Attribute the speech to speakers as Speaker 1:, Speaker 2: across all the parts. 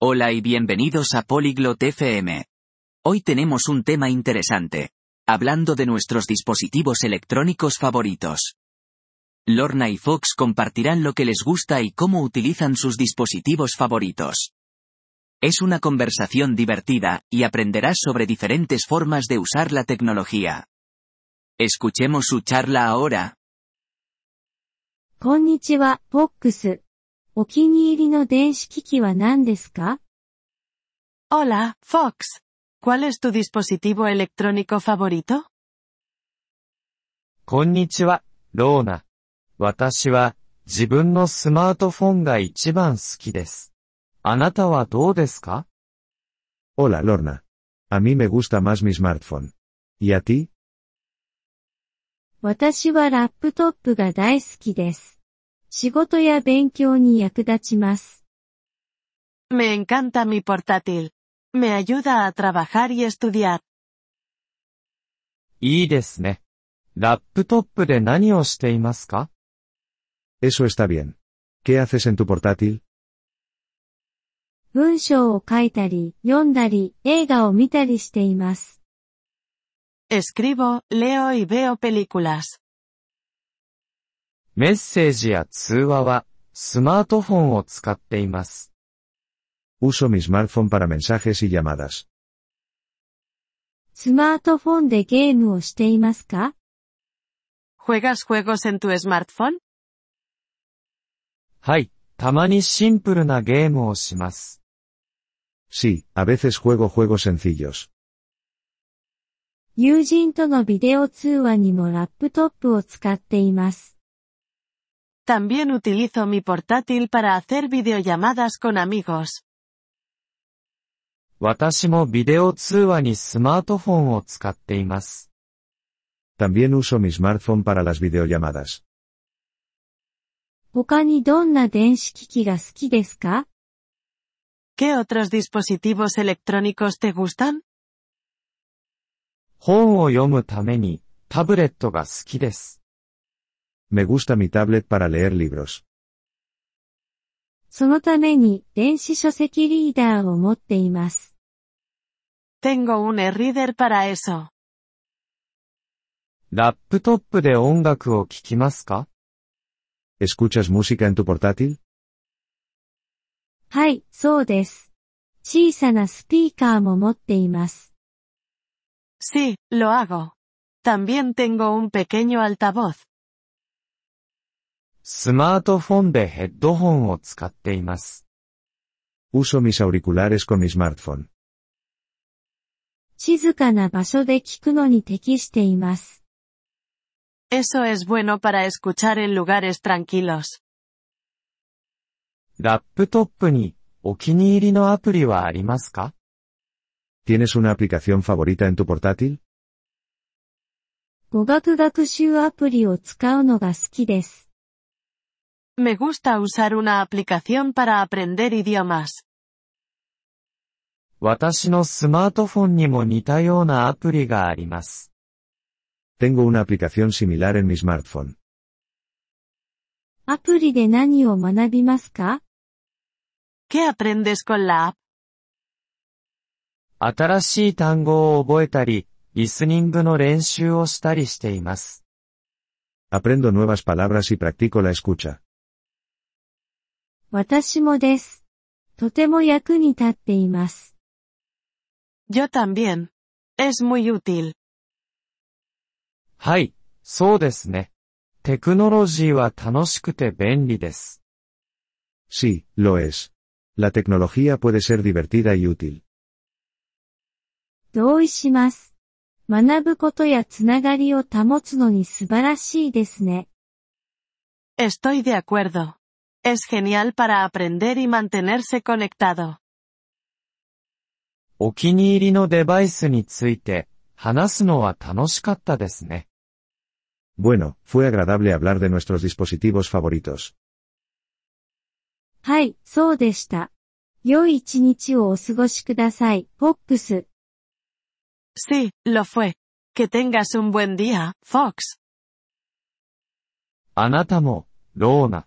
Speaker 1: Hola y bienvenidos a Polyglot FM. Hoy tenemos un tema interesante. Hablando de nuestros dispositivos electrónicos favoritos. Lorna y Fox compartirán lo que les gusta y cómo utilizan sus dispositivos favoritos. Es una conversación divertida, y aprenderás sobre diferentes formas de usar la tecnología. Escuchemos su charla ahora.
Speaker 2: こんにちは、ポックス。お気に入りの電子機器は何ですか
Speaker 3: Hola, Fox. ¿Cuál es tu dispositivo electrónico favorito?
Speaker 4: こんにちは、ローナ。私は、自分のスマートフォンが一番好きです。あなたはどうですか
Speaker 5: Hola, Lorna. A mí me gusta más mi smartphone. ¿Y a ti?
Speaker 2: 私はラップトップが大好きです。仕事や勉強に役立ちます。
Speaker 3: Me encanta mi portátil. Me ayuda a trabajar y estudiar.
Speaker 4: いいですね。ラップトップで何をしていますか
Speaker 5: Eso está bien. ¿Qué haces en tu portátil?
Speaker 2: 文章を書いたり、読んだり、映画を見たりしています。
Speaker 3: Escribo, leo y veo películas.
Speaker 4: メッセージや通話は、スマートフォンを使っています。
Speaker 5: Uso mi smartphone para mensajes y llamadas.
Speaker 2: スマートフォンでゲームをしていますか
Speaker 3: ¿Juegas juegos en tu smartphone?
Speaker 4: はい、たまにシンプルなゲームをします。
Speaker 5: Sí, a veces juego juegos sencillos.
Speaker 2: 友人とのビデオ通話にもラップトップを使っています。
Speaker 3: También utilizo mi portátil para hacer videollamadas con amigos.
Speaker 4: 私もビデオ通話にスマートフォンを使っています。
Speaker 5: También uso mi smartphone para las videollamadas.
Speaker 2: 他にどんな電子機器が好きですか
Speaker 3: ¿Qué otros dispositivos electrónicos te gustan?
Speaker 4: 本を読むために、タブレットが好きです。
Speaker 5: Me gusta mi tablet para leer libros.
Speaker 2: そのために電子書籍リーダーを持っています。
Speaker 3: Tengo un e-reader para eso.
Speaker 4: ラップトップで音楽を聴きますか
Speaker 5: ¿Escuchas música en tu portátil?
Speaker 2: はい、そうです。小さなスピーカーも持っています。
Speaker 3: Sí, lo hago. También tengo un pequeño altavoz.
Speaker 4: スマートフォンでヘッドホンを使っています。
Speaker 5: Uso mis auriculares con mi smartphone.
Speaker 2: 静かな場所で聞くのに適しています。
Speaker 3: Eso es bueno para escuchar en lugares tranquilos.
Speaker 4: ラップトップにお気に入りのアプリはありますか
Speaker 5: ¿Tienes una aplicación favorita en tu portátil?
Speaker 2: 語学学習アプリを使うのが好きです。
Speaker 3: Me gusta usar una aplicación para aprender idiomas.
Speaker 4: 私のスマートフォンにも似たようなアプリがあります。
Speaker 5: Tengo una aplicación similar en mi smartphone.
Speaker 2: アプリで何を学びますか
Speaker 3: ¿Qué aprendes con la app?
Speaker 4: 新しい単語を覚えたり、リスニングの練習をしたりしています。
Speaker 5: Aprendo nuevas palabras y practico la escucha.
Speaker 2: 私もです。とても役に立っています。
Speaker 3: Yo también. Es muy útil.
Speaker 4: はい、そうですね。テクノロジーは楽しくて便利です。
Speaker 5: Sí, lo es. La tecnología puede ser divertida y útil.
Speaker 2: 同意します。学ぶことやつながりを保つのに素晴らしいですね。
Speaker 3: Estoy de acuerdo. Es genial para aprender y mantenerse conectado.
Speaker 4: お気に入りのデバイスについて、話すのは楽しかったですね。
Speaker 5: Bueno, fue agradable hablar de nuestros dispositivos favoritos.
Speaker 2: はい、そうでした。良い一日をお過ごしください、ポックス。
Speaker 3: Sí, lo fue. Que tengas un buen día, Fox.
Speaker 4: あなたも、ローナ。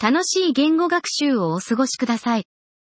Speaker 6: 楽しい言語学習をお過ごしください。